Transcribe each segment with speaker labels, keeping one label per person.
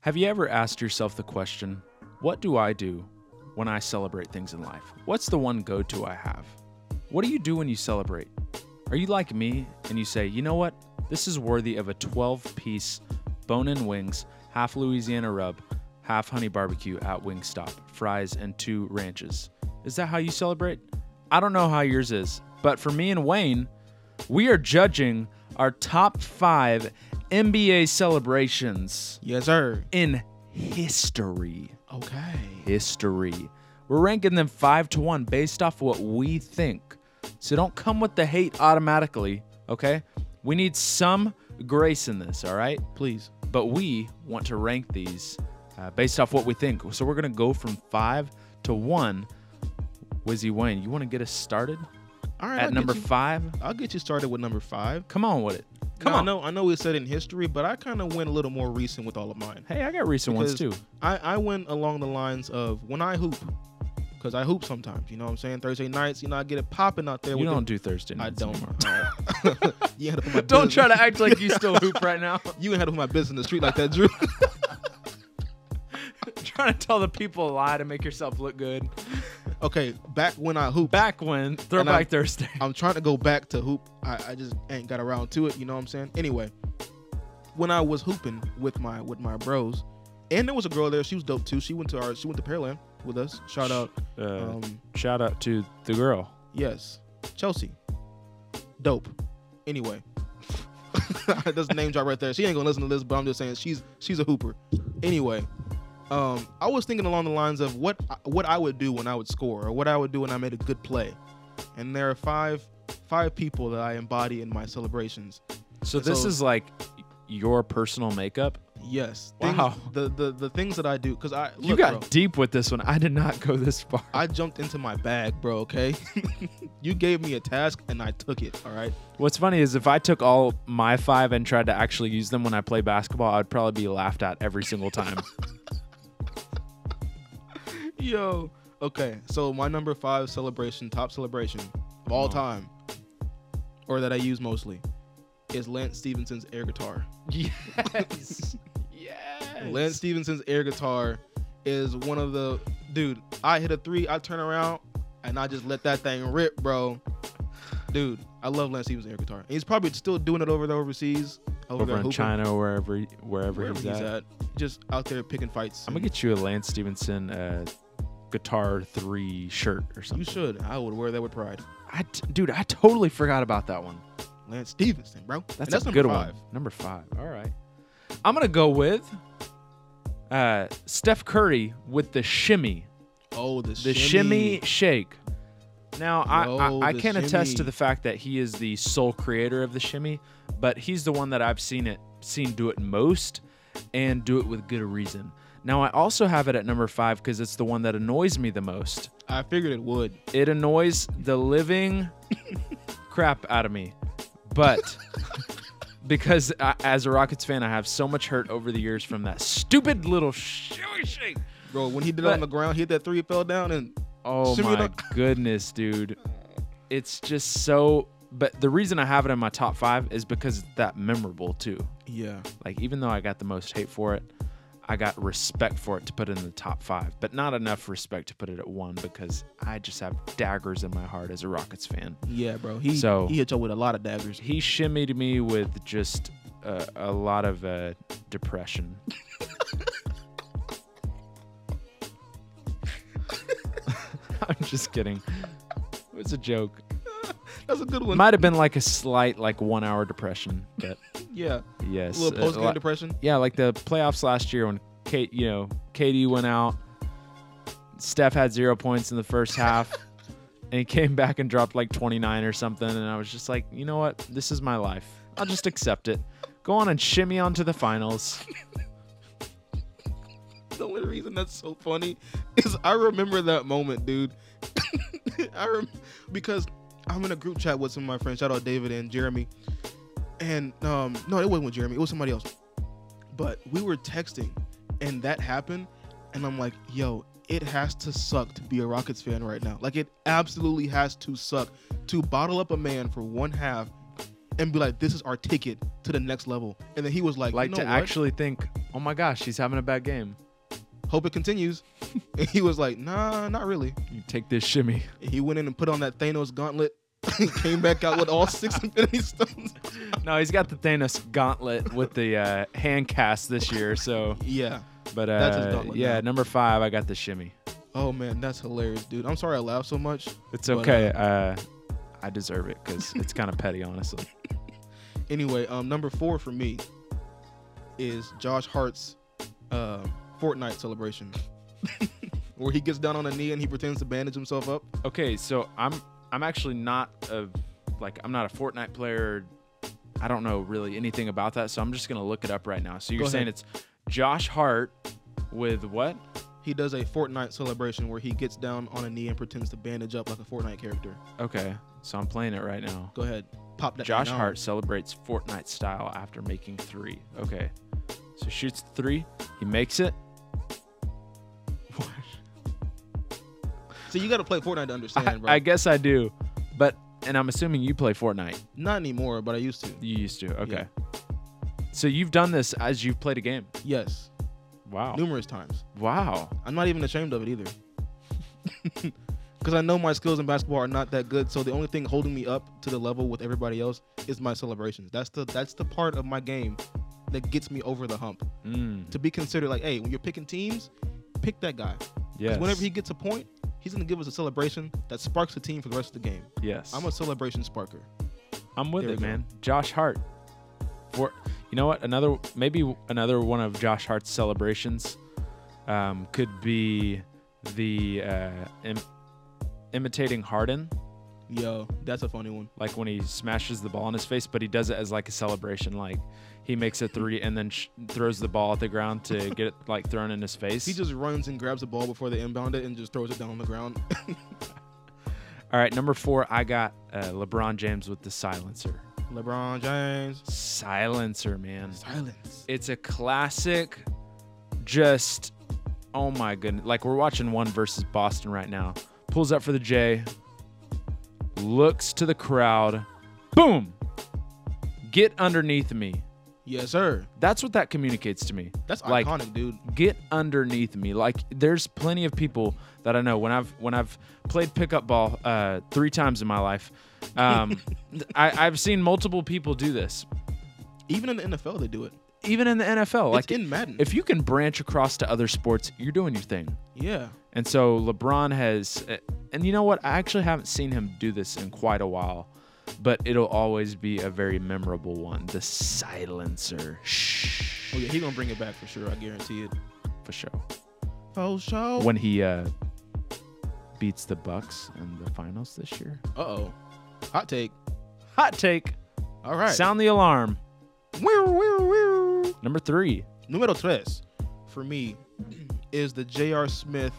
Speaker 1: Have you ever asked yourself the question, What do I do when I celebrate things in life? What's the one go to I have? What do you do when you celebrate? Are you like me and you say, You know what? This is worthy of a 12 piece bone in wings, half Louisiana rub, half honey barbecue at Wingstop, fries, and two ranches. Is that how you celebrate? I don't know how yours is, but for me and Wayne, we are judging our top five NBA celebrations
Speaker 2: Yes, sir.
Speaker 1: in history.
Speaker 2: Okay.
Speaker 1: History. We're ranking them five to one based off what we think. So don't come with the hate automatically, okay? We need some grace in this, all right?
Speaker 2: Please.
Speaker 1: But we want to rank these uh, based off what we think. So we're going to go from five to one. Wizzy Wayne, you want to get us started
Speaker 2: All right.
Speaker 1: at
Speaker 2: I'll
Speaker 1: number
Speaker 2: get you,
Speaker 1: five?
Speaker 2: I'll get you started with number five.
Speaker 1: Come on with it. Come
Speaker 2: Now,
Speaker 1: on.
Speaker 2: I know, I know we said in history, but I kind of went a little more recent with all of mine.
Speaker 1: Hey, I got recent ones too.
Speaker 2: Because I, I went along the lines of when I hoop, because I hoop sometimes. You know what I'm saying? Thursday nights, you know, I get it popping out there.
Speaker 1: You
Speaker 2: with
Speaker 1: don't
Speaker 2: them-
Speaker 1: do Thursday
Speaker 2: I
Speaker 1: nights
Speaker 2: don't.
Speaker 1: anymore.
Speaker 2: All right. you had to put my
Speaker 1: Don't
Speaker 2: business-
Speaker 1: try to act like you still hoop right now.
Speaker 2: You had to put my business in the street like that, Drew.
Speaker 1: trying to tell the people a lie to make yourself look good.
Speaker 2: okay, back when I hoop,
Speaker 1: Back when Throwback
Speaker 2: I-
Speaker 1: Thursday.
Speaker 2: I'm trying to go back to hoop. I, I just ain't got around to it. You know what I'm saying? Anyway, when I was hooping with my with my bros, and there was a girl there. She was dope too. She went to our she went to Pearland with us. Shout out, um,
Speaker 1: Uh, shout out to the girl.
Speaker 2: yes, Chelsea, dope. Anyway, that's the name drop right there. She ain't gonna listen to this, but I'm just saying she's she's a hooper. Anyway. Um, I was thinking along the lines of what I- what I would do when I would score, or what I would do when I made a good play, and there are five five people that I embody in my celebrations.
Speaker 1: So this
Speaker 2: So-
Speaker 1: is like your personal makeup.
Speaker 2: Yes. Things,
Speaker 1: Wow.
Speaker 2: The, the the things that I do, cause I
Speaker 1: you
Speaker 2: look,
Speaker 1: got
Speaker 2: bro,
Speaker 1: deep with this one. I did not go this far.
Speaker 2: I jumped into my bag, bro. Okay. you gave me a task and I took it. All right.
Speaker 1: What's funny is if I took all my five and tried to actually use them when I play basketball, I'd probably be laughed at every single time.
Speaker 2: Yo. Okay. So my number five celebration, top celebration of all
Speaker 1: Come
Speaker 2: time, or that I use mostly, is Lance Stevenson's air guitar.
Speaker 1: yes. yes.
Speaker 2: Lance Stevenson's air guitar is one of the dude. I hit a three, I turn around, and I just let that thing rip, bro. Dude, I love Lance Stevenson's air guitar. He's probably still doing it over there overseas, over,
Speaker 1: over
Speaker 2: there
Speaker 1: in
Speaker 2: hooping,
Speaker 1: China, wherever wherever,
Speaker 2: wherever
Speaker 1: he's,
Speaker 2: he's
Speaker 1: at.
Speaker 2: at. Just out there picking fights.
Speaker 1: I'm gonna get you a Lance Stevenson uh, guitar three shirt or
Speaker 2: you
Speaker 1: something.
Speaker 2: should. I would wear that with pride.
Speaker 1: I t- dude, I totally forgot about that one.
Speaker 2: Lance Stevenson, bro. And
Speaker 1: That's, a
Speaker 2: number
Speaker 1: good
Speaker 2: five.
Speaker 1: one. Number five. All right. I'm gonna go with uh, Steph Curry with the shimmy,
Speaker 2: Oh, the,
Speaker 1: the shimmy, shake. Now I
Speaker 2: Yo,
Speaker 1: I, I
Speaker 2: the
Speaker 1: can attest to
Speaker 2: shimmy.
Speaker 1: the fact that he is the sole creator of the shimmy, but he's the one that I've seen it seen do it most, and do it with good reason. Now I also have it at number five because it's the one that annoys me the most.
Speaker 2: I figured it would.
Speaker 1: It annoys the living crap out of me. But because I, as a Rockets fan, I have so much hurt over the years from that stupid little shimmy shake.
Speaker 2: Bro, when he did
Speaker 1: But-
Speaker 2: it on the ground, he hit that three, fell down, and
Speaker 1: Oh
Speaker 2: Shimmy
Speaker 1: my
Speaker 2: the-
Speaker 1: goodness, dude. It's just so. But the reason I have it in my top five is because it's that memorable too.
Speaker 2: yeah.
Speaker 1: Like even though I got the most hate for it, I got respect for it to put it in the top five, but not enough respect to put it at one because I just have daggers in my heart as a Rockets fan.
Speaker 2: Yeah, bro. He
Speaker 1: So-
Speaker 2: he hit you with a lot of daggers.
Speaker 1: he shimmied me with just uh, a lot of uh, depression. I'm just kidding. It was a joke.
Speaker 2: That's a good
Speaker 1: It
Speaker 2: one.
Speaker 1: might have been like a slight, like one hour depression, but
Speaker 2: yeah.
Speaker 1: yes,
Speaker 2: A little
Speaker 1: uh,
Speaker 2: post game
Speaker 1: li-
Speaker 2: depression.
Speaker 1: yeah, like the playoffs last year when Kate, you know, KD went out. Steph had zero points in the first half, and he came back and dropped like 29 or something. And I was just like, you know what? This is my life. I'll just accept it. Go on and shimmy on to the finals.
Speaker 2: The only reason that's so funny is I remember that moment, dude. I rem- because I'm in a group chat with some of my friends. Shout out David and Jeremy. And um, no, it wasn't with Jeremy. It was somebody else. But we were texting, and that happened. And I'm like, yo, it has to suck to be a Rockets fan right now. Like it absolutely has to suck to bottle up a man for one half and be like, this is our ticket to the next level. And then he was like,
Speaker 1: Like
Speaker 2: you know
Speaker 1: to
Speaker 2: what?
Speaker 1: actually think, oh my gosh, she's having a bad game.
Speaker 2: Hope it continues. and he was like, Nah, not really.
Speaker 1: You take this shimmy.
Speaker 2: And he went in and put on that Thanos gauntlet. and came back out with all six Infinity Stones.
Speaker 1: No, he's got the Thanos gauntlet with the uh, hand cast this year. So,
Speaker 2: Yeah.
Speaker 1: but
Speaker 2: That's his
Speaker 1: uh,
Speaker 2: gauntlet
Speaker 1: yeah,
Speaker 2: now.
Speaker 1: number five, I got the shimmy.
Speaker 2: Oh man, that's hilarious, dude. I'm sorry I laughed so much.
Speaker 1: It's
Speaker 2: But,
Speaker 1: okay. uh, I deserve it because it's kind of petty, honestly.
Speaker 2: Anyway, um, number four for me is Josh Hart's uh, Fortnite celebration, where he gets down on a knee and he pretends to bandage himself up.
Speaker 1: Okay, so I'm I'm actually not a like I'm not a Fortnite player. I don't know really anything about that, so I'm just gonna look it up right now. So you're
Speaker 2: Go
Speaker 1: saying it's Josh Hart with what?
Speaker 2: He does a Fortnite celebration where he gets down on a knee and pretends to bandage up like a Fortnite character.
Speaker 1: Okay, so I'm playing it right now.
Speaker 2: Go ahead, pop that.
Speaker 1: Josh
Speaker 2: down.
Speaker 1: Hart celebrates Fortnite style after making three. Okay, so shoots the three, he makes it. What?
Speaker 2: So you got to play Fortnite to understand, bro.
Speaker 1: I, I guess I do, but and I'm assuming you play Fortnite.
Speaker 2: Not anymore, but I used to.
Speaker 1: You used to. Okay. So you've done this as you've played a game.
Speaker 2: Yes,
Speaker 1: Wow.
Speaker 2: numerous times.
Speaker 1: Wow.
Speaker 2: I'm not even ashamed of it either. Because I know my skills in basketball are not that good, so the only thing holding me up to the level with everybody else is my celebrations. That's the that's the part of my game that gets me over the hump.
Speaker 1: Mm,
Speaker 2: To be considered like, hey, when you're picking teams, pick that guy. 'Cause
Speaker 1: yes.
Speaker 2: Whenever he gets a point, he's gonna give us a celebration that sparks the team for the rest of the game.
Speaker 1: yes. I'm,
Speaker 2: I'm a celebration sparker.
Speaker 1: with
Speaker 2: there
Speaker 1: it,
Speaker 2: we go.
Speaker 1: man. Josh Hart. For you know what? Another maybe another one of Josh Hart's celebrations um, could be the uh, im- imitating Harden,
Speaker 2: Yo, that's a funny one.
Speaker 1: like when he smashes the ball in his face, but he does it as like a celebration, like. He makes a three and then sh- throws the ball at the ground to get it like thrown in his face.
Speaker 2: He just runs and grabs the ball before they inbound it and just throws it down on the ground.
Speaker 1: All right, number four, I got uh, LeBron James with the silencer.
Speaker 2: LeBron James.
Speaker 1: Silencer, man.
Speaker 2: Silence.
Speaker 1: It's a classic. Just, oh my goodness! Like we're watching one versus Boston right now. Pulls up for the J. Looks to the crowd. Boom. Get underneath me.
Speaker 2: Yes, sir.
Speaker 1: That's what that communicates to me.
Speaker 2: That's
Speaker 1: Like,
Speaker 2: iconic, dude.
Speaker 1: get underneath me. Like there's plenty of people that I know when I've when I've played pickup ball uh, three times in my life. Um, I, I've seen multiple people do this,
Speaker 2: Even in the NFL, they do it.
Speaker 1: even in the NFL.
Speaker 2: Like
Speaker 1: Like
Speaker 2: in Madden.
Speaker 1: if you can branch across to other sports, you're doing your thing.
Speaker 2: yeah,
Speaker 1: And so LeBron has, uh, and you know what? I actually haven't seen him do this in quite a while, but it'll always be a very memorable one. The silencer. Shh.
Speaker 2: oh yeah, he gonna bring it back for sure. I guarantee it.
Speaker 1: For sure.
Speaker 2: For sure. Uh
Speaker 1: when he uh, beats the Bucks in the finals this year.
Speaker 2: oh, hot take.
Speaker 1: Hot take.
Speaker 2: All right.
Speaker 1: Sound the alarm.
Speaker 2: Weir, weir, weir.
Speaker 1: Number three.
Speaker 2: Numero tres for me is the J.R. Smith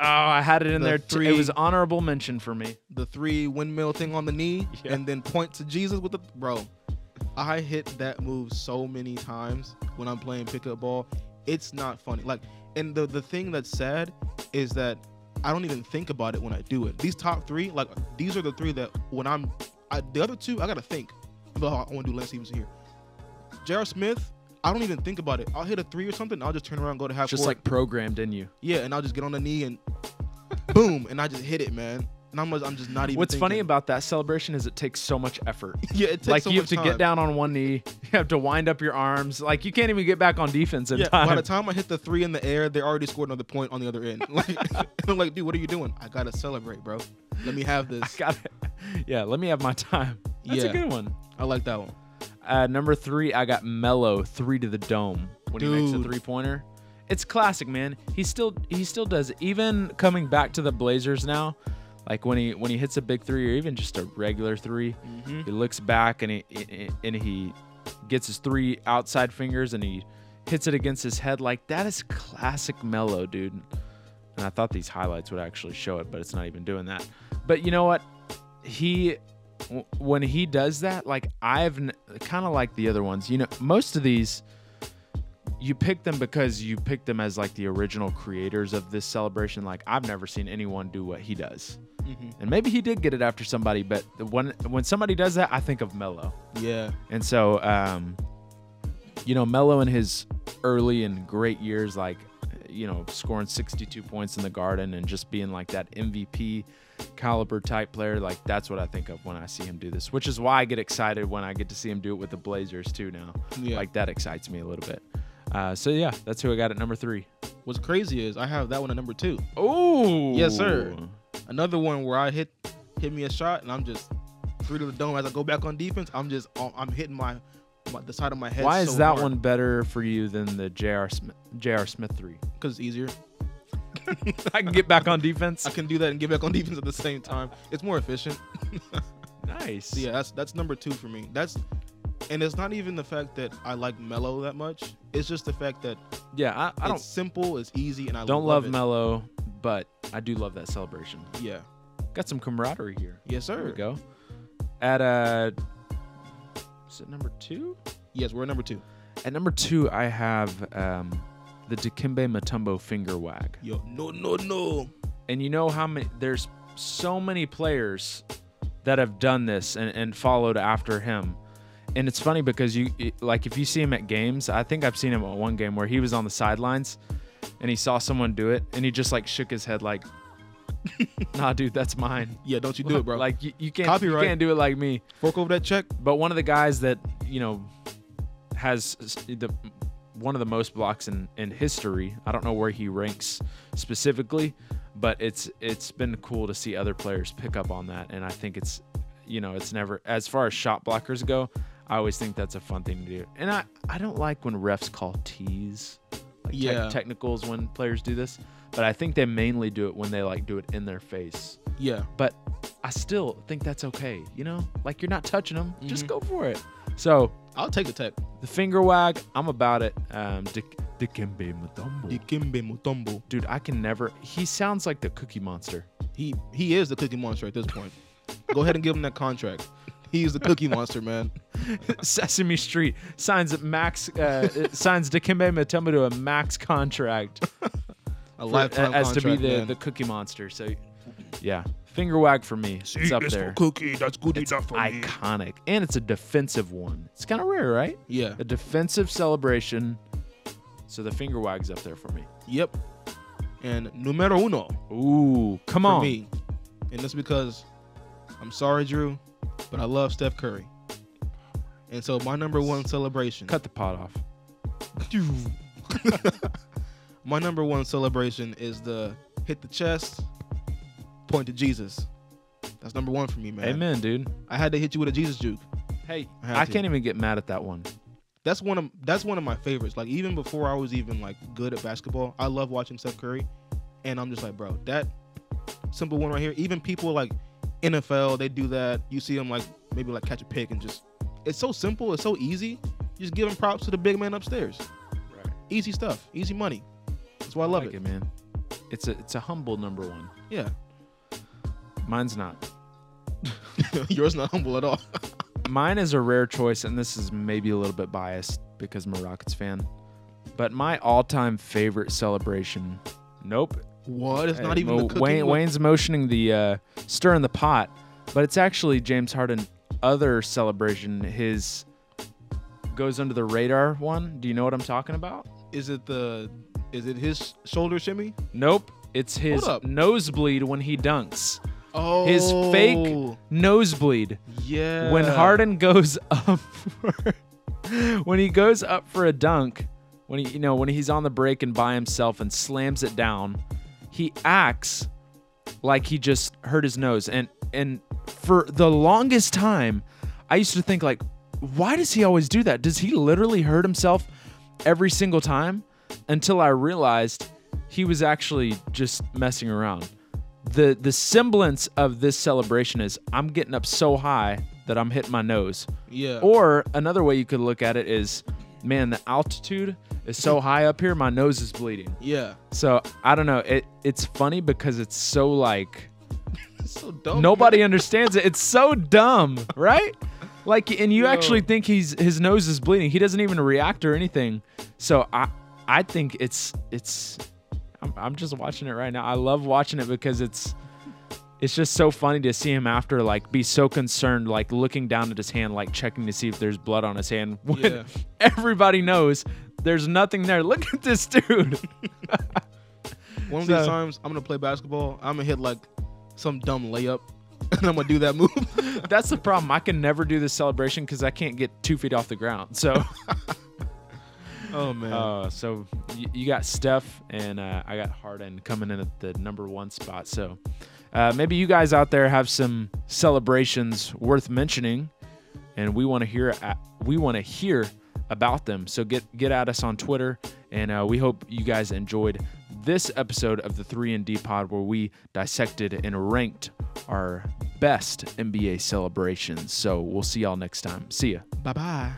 Speaker 1: Oh, I had it in
Speaker 2: The
Speaker 1: there. too.
Speaker 2: three-
Speaker 1: It was honorable mention for me.
Speaker 2: the three windmill thing on the knee
Speaker 1: Yeah.
Speaker 2: and then point to Jesus with the bro. I hit that move so many times when I'm playing pickup ball. It's not funny. Like, and the the thing that's sad is that I don't even think about it when I do it. These top three, like these are the three that when I'm, I, the other two I gotta think. But I want to do Lance Stevens here. J.R. Smith, I don't even think about it. I'll hit a three or something. I'll just turn around, and go to half
Speaker 1: Just
Speaker 2: court.
Speaker 1: like programmed in you.
Speaker 2: yeah, and I'll just get on the knee and boom, and I just hit it, man. And I'm, I'm just not even.
Speaker 1: What's funny
Speaker 2: thinking.
Speaker 1: about that celebration is it takes so much effort.
Speaker 2: Yeah, it takes
Speaker 1: like
Speaker 2: so
Speaker 1: you have
Speaker 2: much
Speaker 1: to
Speaker 2: time.
Speaker 1: get down on one knee, you have to wind up your arms. Like you can't even get back on defense in
Speaker 2: Yeah,
Speaker 1: time.
Speaker 2: by the time I hit the three in the air, they already scored another point on the other end. Like, and I'm like, dude, what are you doing? I gotta celebrate, bro. Let me have
Speaker 1: I
Speaker 2: this.
Speaker 1: got it. Yeah, let me have my time. That's
Speaker 2: Yeah.
Speaker 1: a good one.
Speaker 2: I like that one.
Speaker 1: Uh, number three, I got Mello three to the dome when he makes a
Speaker 2: Dude.
Speaker 1: three pointer. It's classic, man. He still he still does it. even coming back to the Blazers now. Like when he when he hits a big three or even just a regular 3 he looks back and he and he gets his three outside fingers and he hits it against his head. Like that is classic Mello, dude. And I thought these highlights would actually show it, but it's not even doing that. But you know what? He w- when he does that, like I've n- kind of like the other ones. You know, most of these you pick them because you pick them as like the original creators of this celebration. Like I've never seen anyone do what he does.
Speaker 2: Mhm.
Speaker 1: And maybe he did get it after somebody, but the- when when somebody does that, I think of Mello.
Speaker 2: Yeah,
Speaker 1: And so um you know, Melo in his early and great years, like, you know, scoring 62 points in the garden and just being like that MVP caliber type player, like, that's what I think of when I see him do this, which is why I get excited when I get to see him do it with the Blazers, too, now.
Speaker 2: Yeah.
Speaker 1: Like, that excites me a little bit. Uh, so, yeah, that's who I got at number three.
Speaker 2: What's crazy is I have that one at number two.
Speaker 1: Oh,
Speaker 2: Yes, sir. Another one where I hit hit me a shot and I'm just through to the dome as I go back on defense. I'm just I'm hitting my, my the side of my head.
Speaker 1: Why
Speaker 2: so
Speaker 1: is that
Speaker 2: hard.
Speaker 1: one better for you than the J.R. Smith, J.R. Smith three?
Speaker 2: Because it's easier.
Speaker 1: I can get back on defense.
Speaker 2: I can do that and get back on defense at the same time. It's more efficient.
Speaker 1: Nice.
Speaker 2: So yeah, that's that's number two for me. That's and it's not even the fact that I like Melo that much. It's just the fact that
Speaker 1: yeah. I, I
Speaker 2: it's
Speaker 1: don't
Speaker 2: simple, it's easy, and I
Speaker 1: don't love,
Speaker 2: it.
Speaker 1: Mello, but I do love that celebration.
Speaker 2: Yeah,
Speaker 1: Got some camaraderie here.
Speaker 2: yes
Speaker 1: There we
Speaker 2: sir.
Speaker 1: go. At uh, is it number two?
Speaker 2: Yes, we're at number two.
Speaker 1: At number two, I have um, the Dikembe Mutombo finger wag.
Speaker 2: Yo, no, no, no.
Speaker 1: and you know how many there's so many players that have done this and, and followed after him and it's funny because you it- like if you see him at games i think i've seen him at one game where he was on the sidelines and he saw someone do it and he just like shook his head like nah dude that's mine
Speaker 2: Yeah, don't you do it, bro.
Speaker 1: like you, you can't you
Speaker 2: Copyright.
Speaker 1: can't do it like me
Speaker 2: fork over that check.
Speaker 1: but one of the guys that you know has s- the one of the most blocks in in history. I don't know where he ranks specifically, but it's it's been cool to see other players pick up on that, and I think it's you know it's never as far as shot blockers go. I always think that's a fun thing to do, and I I don't like when refs call tees, like tec-
Speaker 2: Yeah.
Speaker 1: technicals when players do this, but I think they mainly do it when they like do it in their face
Speaker 2: Yeah,
Speaker 1: but I still think that's okay. You know, like you're not touching them, just
Speaker 2: Mm-hmm.
Speaker 1: go for it. So
Speaker 2: I'll take the tech.
Speaker 1: the finger wag, I'm about it. Um, Dick, Dikembe Mutombo.
Speaker 2: Dikembe Mutombo.
Speaker 1: Dude, I can never. He sounds like the Cookie Monster.
Speaker 2: He he is the cookie monster at this point. Go ahead and give him that contract. He's the cookie monster, man.
Speaker 1: Sesame Street signs max uh, signs Dikembe Mutombo to a max contract
Speaker 2: A
Speaker 1: for-
Speaker 2: lifetime
Speaker 1: as to be
Speaker 2: contract,
Speaker 1: the,
Speaker 2: man.
Speaker 1: the Cookie Monster. So yeah, finger wag for me. it's up
Speaker 2: It's for
Speaker 1: there.
Speaker 2: cookie. That's good enough for me.
Speaker 1: Iconic, and it's a defensive one. It's kind of rare, right?
Speaker 2: Yeah.
Speaker 1: a defensive celebration. So the finger wags up there for me.
Speaker 2: Yep. And numero uno
Speaker 1: Ooh, come
Speaker 2: for
Speaker 1: on.
Speaker 2: me, and that's because I'm sorry, Drew, but I love Steph Curry. And so my number one celebration.
Speaker 1: Cut the pot off.
Speaker 2: my number one celebration is the hit the chest, point to Jesus. That's number one for me, man.
Speaker 1: Amen, dude.
Speaker 2: I had to hit you with a Jesus juke.
Speaker 1: Hey,
Speaker 2: I had
Speaker 1: I
Speaker 2: to.
Speaker 1: can't even get mad at that one.
Speaker 2: That's one of that's one of my favorites. Like even before I was even like good at basketball, I love watching Steph Curry, and I'm just like, bro, that simple one right here. Even people like NFL, they do that. You see them like maybe like catch a pick and just it's so simple, it's so easy. Just giving props to the big man upstairs.
Speaker 1: Right.
Speaker 2: Easy stuff, easy money. That's why I
Speaker 1: I
Speaker 2: love
Speaker 1: like it.
Speaker 2: it.
Speaker 1: man. It's a it's a humble number one.
Speaker 2: Yeah,
Speaker 1: Mine's not.
Speaker 2: yours not humble at all.
Speaker 1: Mine is a rare choice, and this is maybe a little bit biased because I'm a Rockets fan. But my all-time favorite celebration. Nope.
Speaker 2: What? It's not
Speaker 1: Hey,
Speaker 2: even
Speaker 1: Mo-
Speaker 2: the cooking.
Speaker 1: Wayne,
Speaker 2: one.
Speaker 1: Wayne's motioning the uh, stir in the pot, but it's actually James Harden other celebration. His goes under the radar one. Do you know what I'm talking about?
Speaker 2: Is it the? Is it his shoulder shimmy?
Speaker 1: Nope. It's his
Speaker 2: up.
Speaker 1: nosebleed when he dunks.
Speaker 2: Oh,
Speaker 1: His fake nosebleed
Speaker 2: Yeah.
Speaker 1: when Harden goes up for, when he goes up for a dunk, when he you know when he's on the break and by himself and slams it down, he acts like he just hurt his nose and and for the longest time, I used to think like why does he always do that? Does he literally hurt himself every single time? Until I realized he was actually just messing around the the semblance of this celebration is I'm getting up so high that I'm hitting my nose.
Speaker 2: Yeah.
Speaker 1: Or another way you could look at it is, man, the altitude is so high up here, my nose is bleeding.
Speaker 2: yeah.
Speaker 1: So I don't know. It it's funny because it's so like
Speaker 2: It's so dumb.
Speaker 1: nobody understands it. It's so dumb, right? Like, and you
Speaker 2: Yo.
Speaker 1: actually think he's his nose is bleeding. He doesn't even react or anything. So I I think it's it's I'm, I'm just watching it right now. I love watching it because it's it's just so funny to see him after like be so concerned, like looking down at his hand, like checking to see if there's blood on his hand. When
Speaker 2: Yeah.
Speaker 1: everybody knows there's nothing there. Look at this dude.
Speaker 2: One of
Speaker 1: So-
Speaker 2: these times, I'm gonna play basketball. I'm gonna hit like some dumb layup, and I'm gonna do that move.
Speaker 1: That's the problem. I can never do this celebration because I can't get two feet off the ground. So,
Speaker 2: oh man,
Speaker 1: uh, so y- you got Steph and uh, I got Harden coming in at the number one spot. So, uh, maybe you guys out there have some celebrations worth mentioning, and we want to hear a we want to hear about them. So get get at us on Twitter, and uh, we hope you guys enjoyed this episode of the Three and D Pod, where we dissected and ranked our best NBA celebrations. So we'll see y'all next time. See ya.
Speaker 2: bye bye.